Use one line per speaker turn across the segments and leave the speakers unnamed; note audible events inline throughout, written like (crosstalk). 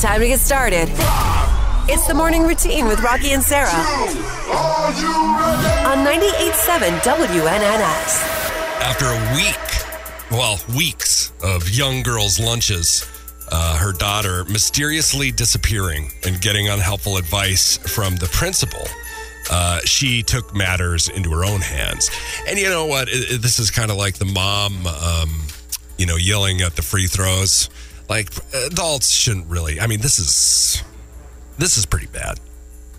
Time to get started. It's the morning routine with Rocky and Sarah on 98.7 WNNX.
after a week, well, weeks of young girls' lunches, uh, her daughter mysteriously disappearing and getting unhelpful advice from the principal. Uh, she took matters into her own hands. And you know what? It- it- this is kind of like the mom, um, you know, yelling at the free throws. Like adults shouldn't really. I mean, this is this is pretty bad.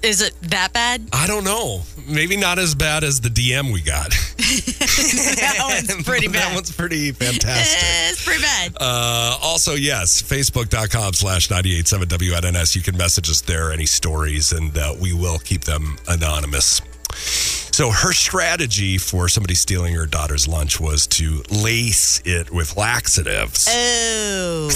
Is it
(laughs)
that bad?
I don't know. Maybe not as bad as the DM we got.
That
(laughs)
one's pretty
that
bad.
one's pretty fantastic.
Eh, (laughs) it's pretty bad.
Uh, also, yes, facebook.com slash 987 WNNS. You can message us there any stories, and uh, we will keep them anonymous. So, her strategy for somebody stealing her daughter's lunch was to lace it with laxatives, (laughs)
oh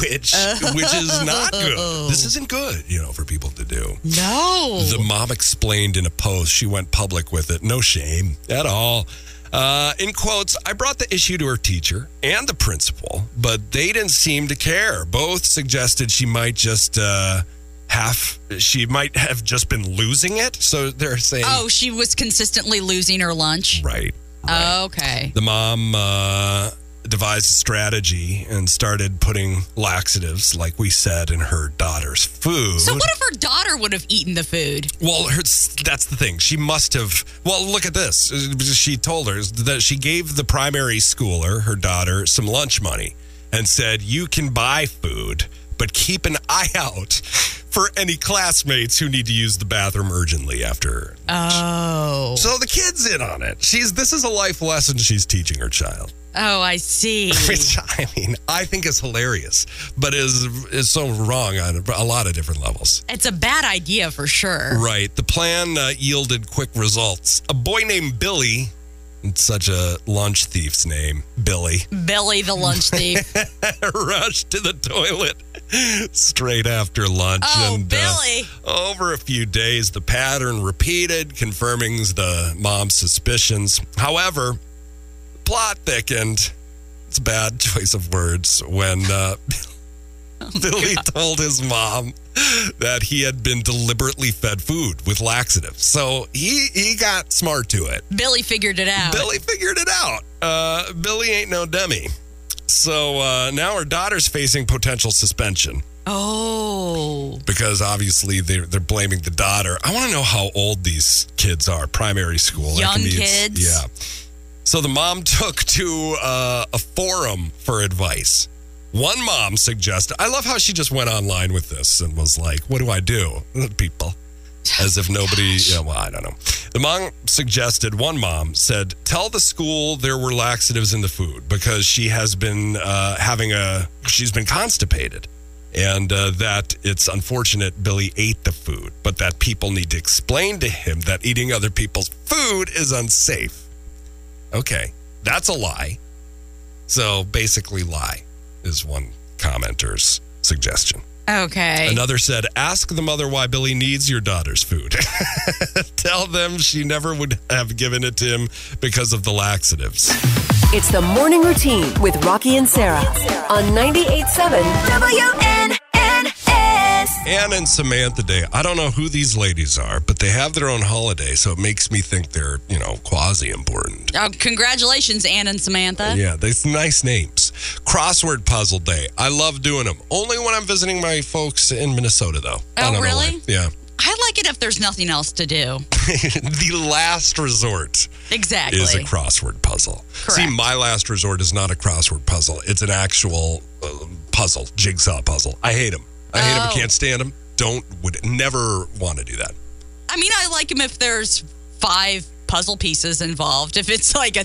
which, which is not good. This isn't good, you know, for people to do.
no!
The mom explained in a post. She went public with it. No shame at all. Uh, in quotes, I brought the issue to her teacher and the principal, but they didn't seem to care. Both suggested she might just uh, have she might have just been losing it. So they're saying,
oh, she was consistently losing her lunch.
right.
Okay.
The mom uh, devised a strategy and started putting laxatives, like we said, in her daughter's food.
So what if her daughter would have eaten the food?
Well, her, that's the thing. She must have. Well, look at this. She told her that she gave the primary schooler, her daughter, some lunch money and said, You can buy food, but keep an eye out for any classmates who need to use the bathroom urgently after.
Oh.
So the kid's in on it. She's This is a life lesson she's teaching her child, (laughs)
Oh, I see.
which I mean, I think is hilarious, but is, is so wrong on a lot of different levels.
It's a bad idea for (laughs) sure.
Right. The plan uh, yielded quick results. A boy named Billy, it's such a lunch thief's name, Billy, (laughs)
Billy the lunch thief.
rushed to the toilet (laughs) straight after lunch.
Oh,
and, uh,
Billy.
over a few days, the pattern repeated, confirming the mom's suspicions. However, plot thickened. It's a bad (laughs) choice of words when uh, (laughs) Billy told his mom that he had been deliberately fed food with laxatives. So he he got smart to it.
Billy figured it out.
Billy figured it out. Uh, Billy ain't no dummy. So uh, now her daughter's facing potential suspension
Oh.
because obviously they're, they're blaming the daughter. I want to know how old these kids are, primary school. That
Young
can be-
kids?
Yeah. So the mom (laughs) took to uh, a forum for advice. One mom suggested, I love how she just went online with this and was like, what do I do? People. As if nobody, yeah, well, I don't know. The mom suggested, one mom said, tell the school there were laxatives in the food because she has been uh, having a, she's been constipated and uh, that it's unfortunate Billy ate the food, but that people need to explain to him that eating other people's food is unsafe. Okay, that's a lie. So basically, lie is one commenter's suggestion.
Okay.
Another said, Ask the mother why Billy needs your daughter's food. (laughs) Tell them she never would have given it to him because of the laxatives.
It's the morning routine with Rocky and Sarah on 98.7 WNNX.
Anne and Samantha Day. I don't know who these ladies are, but they have their own holiday, so it makes me think they're, you know, quasi important.
oh, congratulations, Ann and Samantha.
Yeah, these nice names. Crossword puzzle day. I love doing them. Only when I'm visiting my folks in Minnesota, though. I
Oh,
don't know
really?
why. Yeah. (laughs)
I like it if there's nothing else to do.
the last resort
Exactly.
is a crossword puzzle. See,
Correct.
my last resort is not a crossword puzzle. It's an actual uh, puzzle, jigsaw puzzle. I hate them. I hate them. I
Oh.
can't stand them. Don't would never want to do that.
I mean, I like them if there's five puzzle pieces involved. If it's like a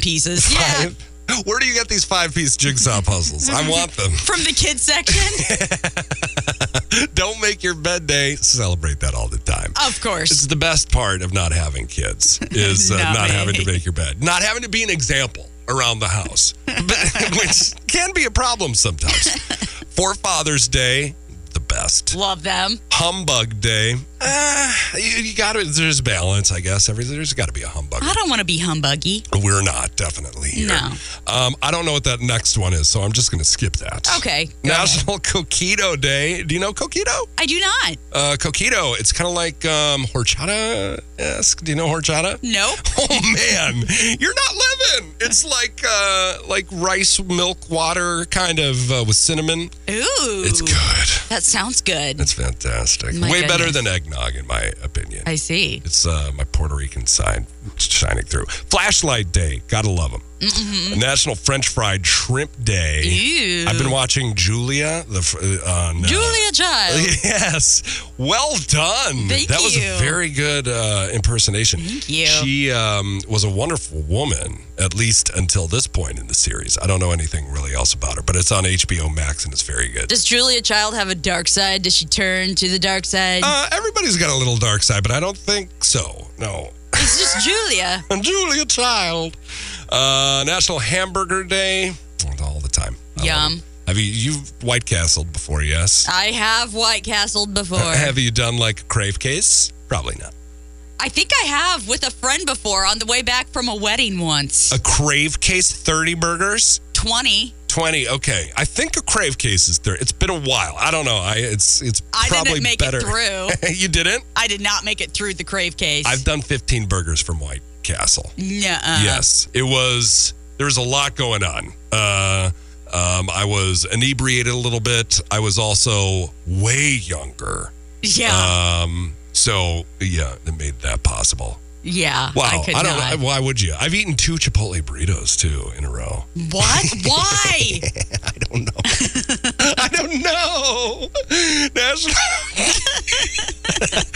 (laughs)
pieces, yeah.
Five. Where do you get these five piece jigsaw puzzles? I want
(laughs)
them.
From the kids section,
Don't make your bed day. Celebrate that all the time.
of
(laughs)
course.
It's the best part of not having
(laughs)
kids is uh, not,
Not
having to
making-
make your bed, not having to be an example around the
(laughs)
house, but, (laughs) which can be a problem sometimes. For Father's Day, the best.
Love them.
Humbug Day, Uh, you, you got to. There's balance, I guess. Every there's got to be a humbug.
I don't want to be humbuggy.
We're not definitely here.
No.
Um, I don't know what that next one is, so I'm just going to skip that.
Okay, go
National (laughs) Coquito Day. Do you know Coquito?
I do not.
Uh, Coquito. It's kind of like um, horchata esque. Do you know horchata? (laughs)
Nope.
Oh man, you're not living. It's like uh, like rice milk water kind of uh, with cinnamon.
Ooh.
It's good.
That sounds
(laughs)
good.
It's fantastic.
My
Way better
goodness.
than eggnog, in my opinion.
I see.
It's uh, my Puerto Rican side shining through. Flashlight Day, gotta love them. National French Fried Shrimp Day.
Mm-hmm. Ew.
I've been watching Julia. The fr- uh, on, uh,
Julia Child.
(laughs) Yes, well done.
Thank
that was
you.
a very good uh, impersonation.
Thank you.
She um, was a wonderful woman, at least until this point in the series. I don't know anything really else about her, but it's on HBO Max and it's very good.
Does Julia Child have a dark side? Does she turn to the dark side?
Uh, everybody's got a little dark side, but I don't think so. No,
it's just Julia.
I'm Julia Child. Uh, National Hamburger Day. All the time. I love
Yum.
it. Have you you've White Castled before, yes?
I have White Castled before.
Have you done like a crave case? Probably not.
I think I have with a friend before on the way back from a wedding once.
A crave case, 30 burgers?
20.
20. Okay. I think a crave case is 30. It's been a while. I don't know. I it's it's
I
probably
didn't make
better.
it through.
(laughs) you didn't?
I did not make it through the Crave case.
I've done 15 burgers from White Castle.
Nuh-uh.
Yes, it was. There was a lot going on. Uh, um, I was inebriated a little bit. I was also way younger.
Yeah.
Um, so yeah, it made that possible.
yeah.
Wow,
I could
don't.
not.
Why would you? I've eaten two Chipotle burritos too in a row.
What?
(laughs)
Why?
I don't know. I don't know. National.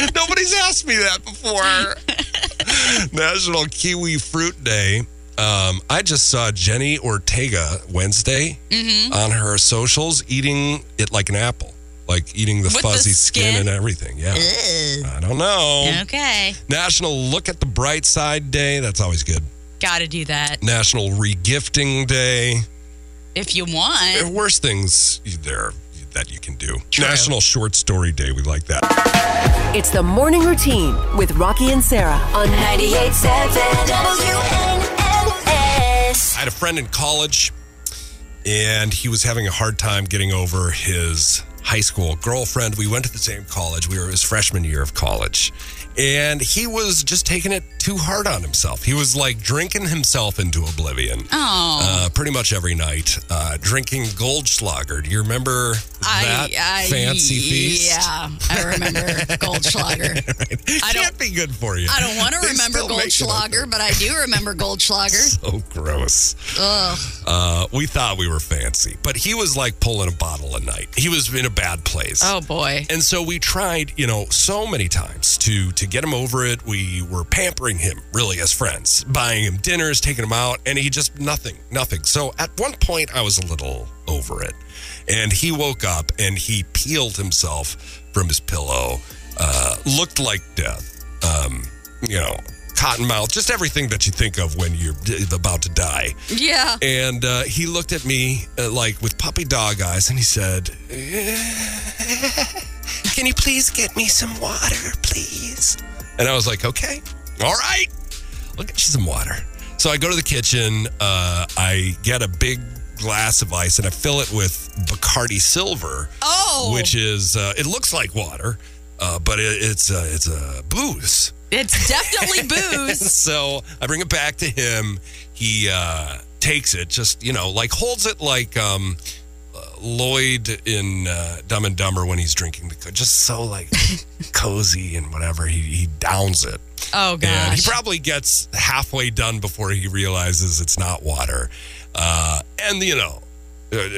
(laughs) Nobody's asked me that before. National Kiwi Fruit Day. Um, I just saw Jenny Ortega Wednesday
Mm-hmm.
on her socials eating it like an apple, like eating the
With the
fuzzy skin.
skin?
and everything. Yeah.
Ugh.
I don't know.
okay.
National Look at the Bright Side Day. That's always good.
Gotta do that
National Regifting Day.
if you
There
want.
are worse things there that you can do.
True.
National Short Story Day, we like that.
It's the morning routine with Rocky and Sarah on
98.7
I had a friend in college, and he was having a hard time getting over his high school girlfriend. We went to the same college. We were his freshman year of college, and he was just taking it too hard on himself. He was like drinking himself into oblivion.
Oh,
Uh, pretty much every night, uh, drinking Goldschlager. Do you remember that
I, I
fancy feast?
Yeah, I remember
(laughs)
Goldschlager.
It
I don't-
can't be good for you. (laughs)
I don't want
They
to remember
still make it, I
Goldschlager, but I do
(laughs)
remember Goldschlager.
So gross.
Ugh.
Uh, we thought we were fancy, but he was like pulling a bottle a night. He was in a bad place.
Oh boy.
And so we tried, you know, so many times to to get him over it. We were pampering him, really, as friends, buying him dinners, taking him out, and he just nothing, nothing. So at one point, I was a little over it, and he woke up and he peeled himself from his pillow, uh, looked like death, um, you know, cotton mouth, just everything that you think of when you're d- about to die.
Yeah.
And uh, he looked at me uh, like with puppy dog eyes and he said, "Uh, Can you please get me some water, please? And I was like, Okay, all right, I'll get you some water. So I go to the kitchen, uh, I get a big glass of ice and I fill it with Bacardi Silver,
Oh,
which is, uh, it looks like water, uh, but it, it's, uh, it's a booze.
it's definitely
(laughs)
booze.
So I bring it back to him. He uh, takes it, just you know, like holds it like um, uh, Lloyd in uh, Dumb and Dumber when he's drinking the, co- just so like
(laughs)
cozy and whatever. He, he downs it,
Oh
and he
gosh.
probably gets halfway done before he realizes it's not water. Uh, and you know, uh,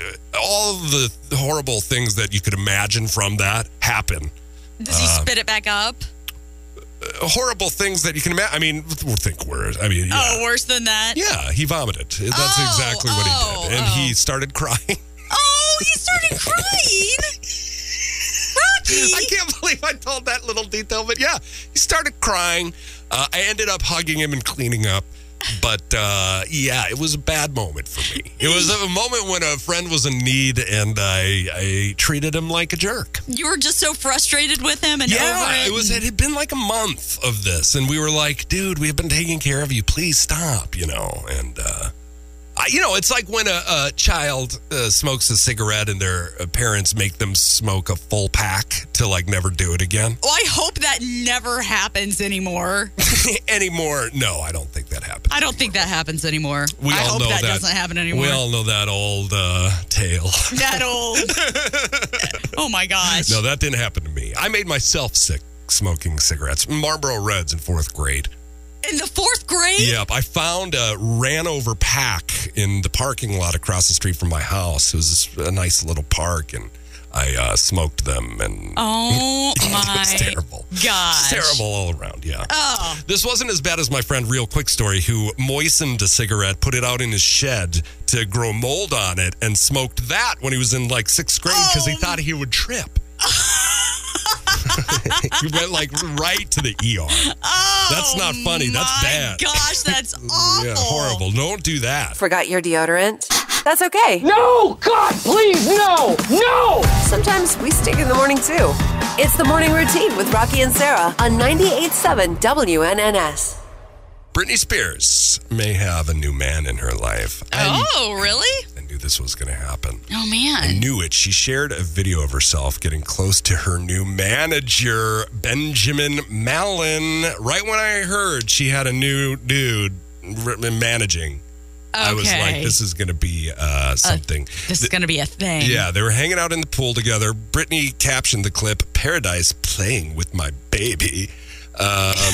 all of the horrible things that you could imagine from that happen
Does
Uh,
he spit it back up?
horrible things that you can imagine. I mean, th- think worse. I mean, yeah.
Oh, worse than that.
Yeah, he vomited. That's
Oh,
exactly what he did.
oh,
And
oh.
he started crying. (laughs)
Oh, he started crying.
I
Rocky.
can't believe I told that little detail, but yeah, he started crying. Uh, I ended up hugging him and cleaning up. But uh, yeah, it was a bad moment for me. It was a moment when a friend was in need and I, I treated him like a jerk.
You were just so frustrated with him and over
Yeah,
it.
it was. It had been like a month of this, and we were like, "Dude, we have been taking care of you. Please stop." You know, and uh, I, you know, it's like when a, a child uh, smokes a cigarette, and their uh, parents make them smoke a full pack to like never do it again (laughs)
Well, I hope that never happens anymore.
anymore. No, I don't think that happens.
I don't think that happens anymore.
we
I
all
hope
know
that, doesn't happen anymore.
We all know that old uh, tale.
that old.
(laughs)
oh my gosh.
No, that didn't happen to me. I made myself sick smoking cigarettes. Marlboro Reds in fourth grade.
In the fourth grade?
Yep, I found a ran over pack in the parking lot across the street from my house. It was a nice little park, and I uh, smoked them, and
Oh
(laughs) it was
my
terrible.
gosh.
Terrible all around, yeah.
Oh,
This wasn't as bad as my friend, real quick story, who moistened a cigarette, put it out in his shed to grow mold on it, and smoked that when he was in like sixth grade because he
Oh.
thought he would
(laughs)
trip. (laughs) he went like right to the ER.
oh.
That's not funny. That's
my
bad.
Gosh, that's
(laughs)
awful.
Yeah, horrible. Don't do that.
Forgot your deodorant? That's okay.
No! God, please, no! No!
Sometimes we stink in the morning too. It's the morning routine with Rocky and Sarah on 98.7 WNNS.
Britney Spears may have a new man in her life. I,
Oh, really?
I knew this was going to happen.
Oh
I
man.
knew it. She shared a video of herself getting close to her new manager, Benjamin Mallon. Right when I heard she had a new dude r- managing, I was like, this is going to be uh, something.
This is going to be a thing.
yeah, they were hanging out in the pool together. Britney captioned the clip, Paradise playing with my baby. Uh,
All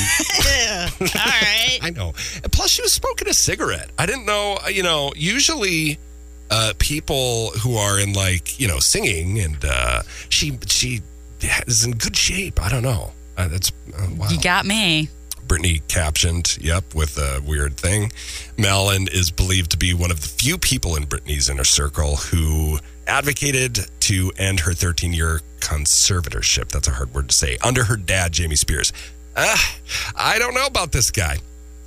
right.
(laughs) I know. And Plus, she was smoking a cigarette. I didn't know. uh, You know, usually uh, people who are in like you know singing and uh, she she is in good shape. I don't know. Uh, that's uh, wow.
You got me.
Brittany captioned, "Yep," with a weird thing. Malin is believed to be one of the few people in Britney's inner circle who advocated to end her 13-year conservatorship. That's a hard word to say under her dad, Jamie Spears. Ah, I don't know about this guy.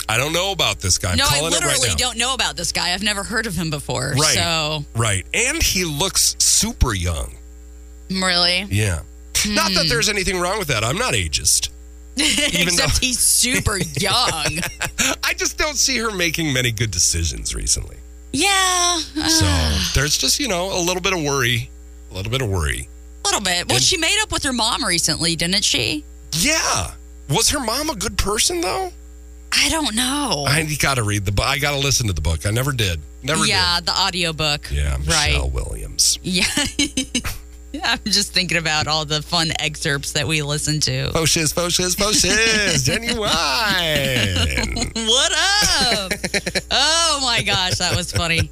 I don't know about this guy. I'm
no, I
calling it right
literally
now.
don't know about this guy. I've never heard of him before.
Right.
So,
Right, and he looks super young.
(laughs) really?
Yeah. Not
Hmm.
that there's anything wrong with that. I'm not ageist.
Except
(laughs)
he's super young.
I just don't see her making many good decisions recently.
yeah. uh, A
So
Ah.
there's just, you know, a little bit of worry. A little bit of worry.
little bit. Well, she made up with her mom recently, didn't she?
Yeah. Was her mom a good person, though?
I don't know.
I got to read the book. I got to listen to the book. I never did. Never
yeah, the audiobook.
did. Yeah. Michelle
Right.
Williams.
(laughs) Yeah. (laughs) I'm just thinking about all the fun excerpts that we listen to.
Foshes, foshes,
(laughs)
foshes. Genuine.
What up? oh my gosh, that was funny.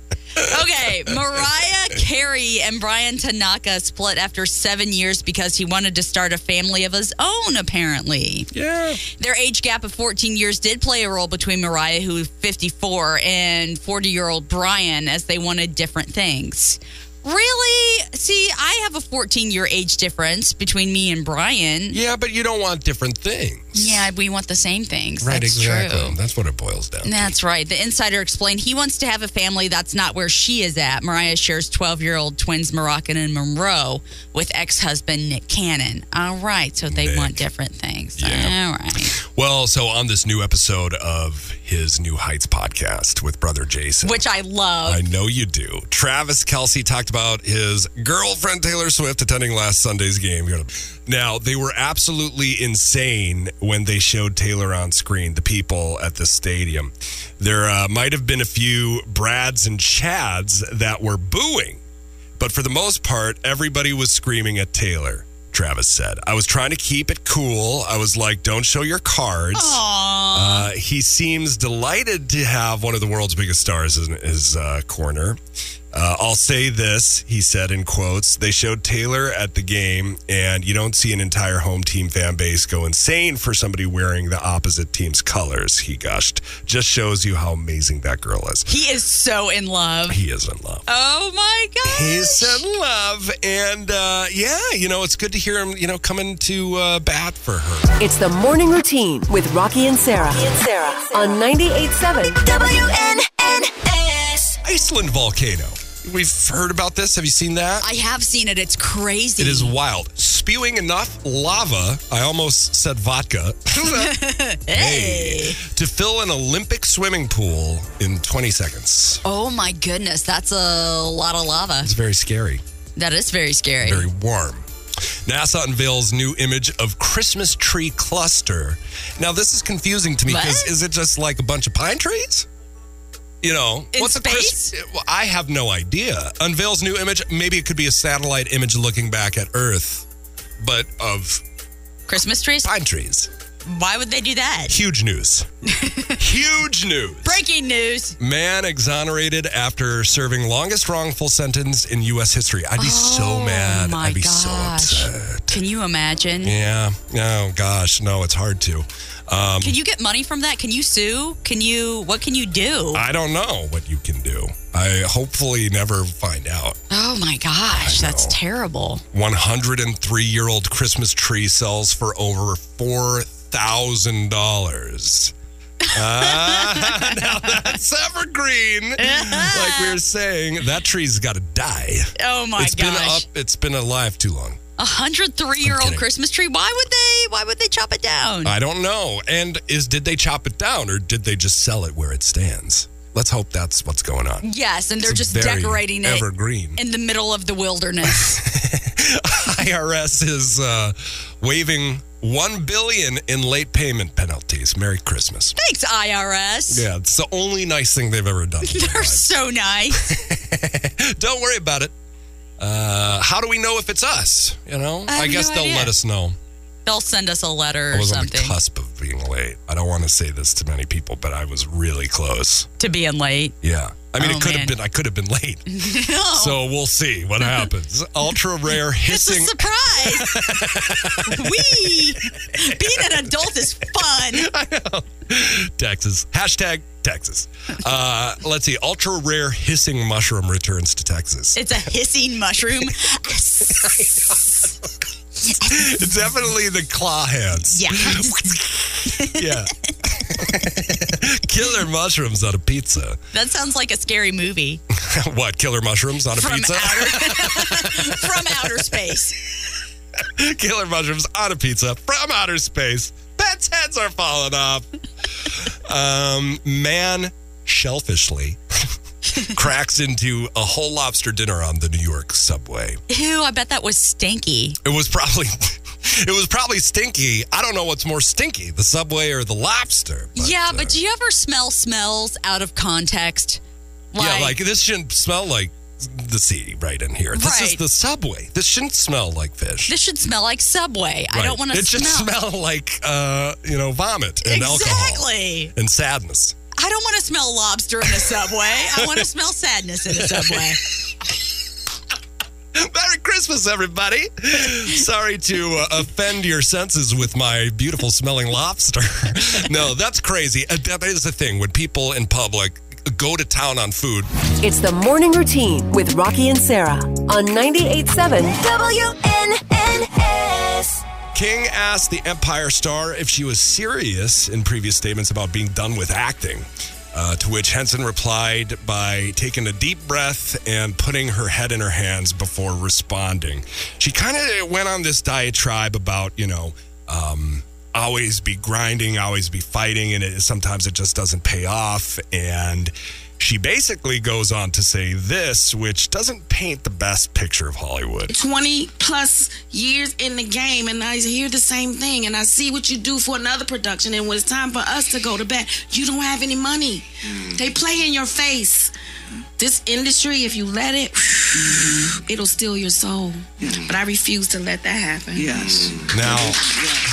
Okay, Mariah Carey and Brian Tanaka split after seven years because he wanted to start a family of his own, apparently.
yeah.
Their age gap of 14 years did play a role between Mariah, who is 54, and 40 year old Brian, as they wanted different things. Really? See, I have a 14 year age difference between me and Brian.
Yeah, but you don't want different things.
Yeah, we want the same things.
Right,
That's
exactly.
true.
That's what it boils down to.
That's right. The insider explained he wants to have a family that's not where she is at. Mariah shares 12 year old twins, Moroccan and Monroe, with ex husband Nick Cannon. All right. So they
Nick.
want different things.
Yeah. (laughs)
All right.
Well, so on this new episode of his New Heights podcast with brother Jason.
Which I love.
I know you do. Travis Kelsey talked about his girlfriend Taylor Swift attending last Sunday's game. Now, they were absolutely insane when they showed Taylor on screen, the people at the stadium. There uh, might have been a few Brads and Chads that were booing, but for the most part, everybody was screaming at Taylor. Travis said, I was trying to keep it cool. I was like, don't show your cards. Uh, he seems delighted to have one of the world's biggest stars in his uh, corner. Uh, I'll say this, he said in quotes. They showed Taylor at the game, and you don't see an entire home team fan base go insane for somebody wearing the opposite team's colors, he gushed. Just shows you how amazing that girl is.
He is so in love.
He is in love.
Oh my gosh.
He's in love. And uh, yeah, you know, it's good to hear him, you know, coming to uh, bat for her.
It's the morning routine with Rocky and Sarah. and Sarah on 98.7
WNNS.
Iceland volcano. We've heard about this. Have you seen that?
I have seen it. It's crazy.
It is wild. Spewing enough lava, I almost said vodka, (laughs) hey, to fill an Olympic swimming pool in 20 seconds.
Oh my goodness. That's a lot of lava.
It's very scary,
That is very scary.
very warm. NASA unveils new image of Christmas tree cluster. Now, this is confusing to me because
What?
is it just like a bunch of pine trees? You know,
In
what's a
space?
Christmas? I have no idea. Unveils new image. Maybe it could be a satellite image looking back at Earth, but of
Christmas trees?
pine trees.
Why would they do that?
Huge
(laughs)
news. Huge news.
Breaking news.
Man exonerated after serving longest wrongful sentence in U.S. history. I'd be so mad.
Oh my
I'd be so
gosh.
upset.
Can you imagine?
Yeah. Oh gosh. No, it's hard to. Um,
Can you get money from that? Can you sue? Can you, what can you do?
I don't know what you can do. I hopefully never find out.
oh my gosh. That's terrible.
103 year old Christmas tree sells for over four thousand dollars. Ah, (laughs) now that's evergreen. like we were saying, that tree's got to die.
Oh my
It's been up.
gosh.
It's been alive too long.
A 103
I'm
year old
kidding.
Christmas tree. Why would they, why would they chop it down?
I don't know. And is did they chop it down or did they just sell it where it stands? Let's hope that's what's going on.
yes. And they're
It's
just
very
decorating it
Evergreen. (laughs)
in the middle of the wilderness.
IRS is uh, waiving one billion in late payment penalties. Merry Christmas.
Thanks, IRS.
Yeah, it's the only nice thing they've ever done. in their
(laughs) They're
lives.
so nice.
(laughs) Don't worry about it. Uh, how do we know if it's us? You know,
I have
guess
no
they'll
idea.
let us know.
They'll send us a letter
I
or
was
something
on the cusp of being late. I don't want to say this to many people, but I was really close.
to
(laughs)
being late.
Yeah. I mean,
Oh,
it could
man.
have been. I could have been
(laughs)
late. So we'll see what happens. Ultra rare
It's a
hissing (laughs)
surprise. we being an adult is fun.
Texas. Hashtag
(laughs)
Texas. Uh, let's see. Ultra rare hissing mushroom returns to Texas.
It's a
(laughs)
hissing mushroom.
It's (laughs) definitely the claw hands.
yeah.
Yeah. killer mushrooms on a pizza. (laughs)
That sounds like a scary movie
what? Killer mushrooms on a
from
pizza? (laughs)
outer from outer space.
(laughs) killer mushrooms on a pizza from outer space. Pets' heads are falling off. um, man shellfishly (laughs) cracks into a whole lobster dinner on the New York subway.
Ew, I bet that was stanky.
It was probably. (laughs) It was probably stinky. I don't know what's more stinky, the subway or the lobster.
yeah,
uh,
but do you ever smell smells out of context?
yeah, like this shouldn't smell like the sea right in here. This is
Right.
the subway. This shouldn't smell like fish.
this should smell like Subway. I
Right.
don't want to
It should smell like uh, you know vomit and alcohol
Exactly.
and sadness.
I don't want to smell lobster in the subway. I
(laughs)
want to smell sadness in the subway.
Merry Christmas, everybody. Sorry to uh, offend your senses with my beautiful smelling lobster. (laughs) no, that's crazy. Uh, that is the thing when people in public go to town on food.
It's the morning routine with Rocky and Sarah on 98.7
WNNS.
King asked the Empire star if she was serious in previous statements about being done with acting. Uh, to which Henson replied by taking a deep breath and putting her head in her hands before responding. She kind of went on this diatribe about, you know, um, always be grinding, always be fighting, and it, sometimes it just doesn't pay off. And she basically goes on to say this, which doesn't paint the best picture of Hollywood.
20 plus years in the game and I hear the same thing and I see what you do for another production and when it's time for us to go to bat, you don't have any money. They play in your face. This industry, if you let it, (sighs) it'll steal your soul. But I refuse to let that happen.
Yes.
Now,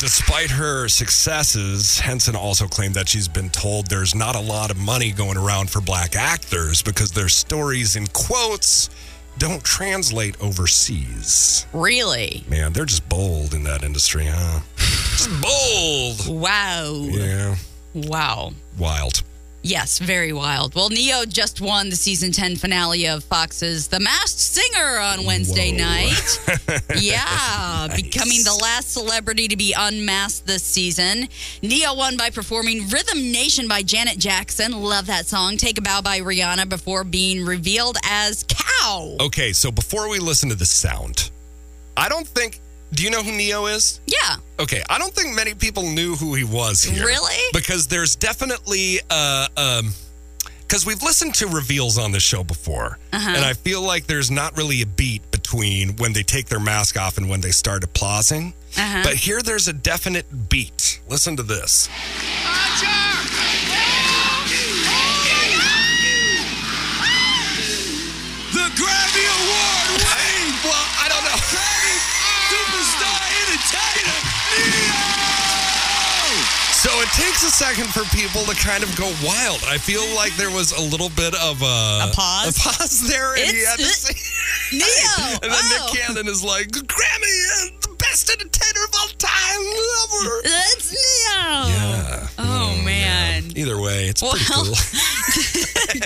despite her successes, Henson also claimed that she's been told there's not a lot of money going around for black actors because their stories and quotes don't translate overseas.
Really?
Man, they're just bold in that industry, huh? Just bold.
Wow.
Yeah,
Wow.
wild.
Yes, very wild. Well, Neo just won the season 10 finale of Fox's The Masked Singer on Wednesday night. yeah, becoming the last celebrity to be unmasked this season. Neo won by performing Rhythm Nation by Janet Jackson. Love that song. Take a Bow by Rihanna before being revealed as Cow.
(laughs) Okay, so before we listen to the sound, I don't think. Do you know who Neo is?
Yeah.
Okay, I don't think many people knew who he was here.
Really?
Because there's definitely uh um because we've listened to reveals on this show before, and I feel like there's not really a beat between when they take their mask off and when they start applauding. But here, there's a definite beat. Listen to this.
The Grammy Award winning
(laughs) Well, I don't know.
superstar entertainer Neo.
So it takes a second for people to kind of go wild. I feel like there was a little bit of a,
A pause?
a pause there, and he
It's- uh,
had to say. (laughs)
Neo.
And then
oh.
Nick Cannon is like, Grammy is the best entertainer of all time.
(laughs)
Love her.
That's Neo.
Yeah.
Oh, man.
Either way, it's pretty
Well- (laughs)
cool.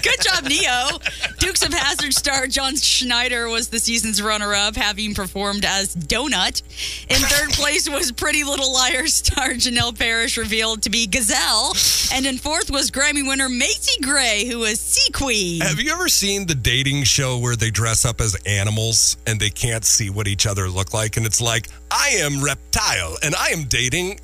Good job, Neo. Dukes of Hazard star John Schneider was the season's runner-up, having performed as Donut. In third
(laughs)
place was Pretty Little Liars star Janelle Parrish, revealed to be Gazelle, and in fourth was Grammy winner Macy Gray, who was Sea Queen.
Have you ever seen the dating show where they dress up as animals and they can't see what each other look like? And it's like, I am reptile and I am dating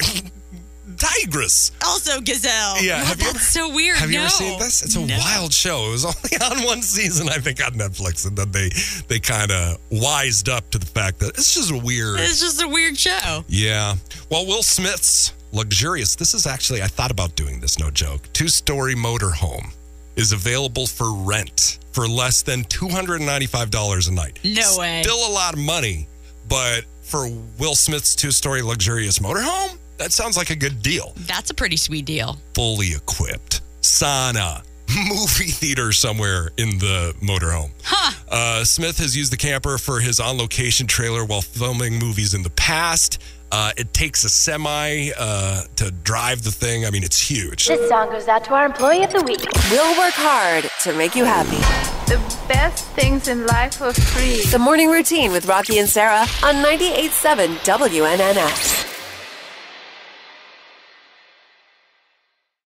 (laughs) tigress.
Also Gazelle.
Yeah,
Wow,
have you
that's
ever-
so weird.
Have you
No.
ever seen this? It's a
No.
wild show. It was (laughs) only on one season, I think, on Netflix, and then they they kind of wised up to the fact that it's just a weird.
It's just a weird show.
Yeah. Well, Will Smith's luxurious. This is actually I thought about doing this. No joke. Two story motorhome is available for rent for less than two hundred and ninety five dollars a night.
No way.
Still a lot of money, but for Will Smith's two story luxurious motorhome, that sounds like a good deal
That's a pretty sweet deal.
fully equipped sauna, (laughs) movie theater somewhere in the motorhome. Huh. Uh, Smith has used the camper for his on location trailer while filming movies in the past. Uh, it takes a semi uh, to drive the thing. I mean, it's huge.
This song goes out to our employee of the week.
We'll work hard to make you happy.
The best things in life are free.
The morning routine with Rocky and Sarah on 98.7 WNNX.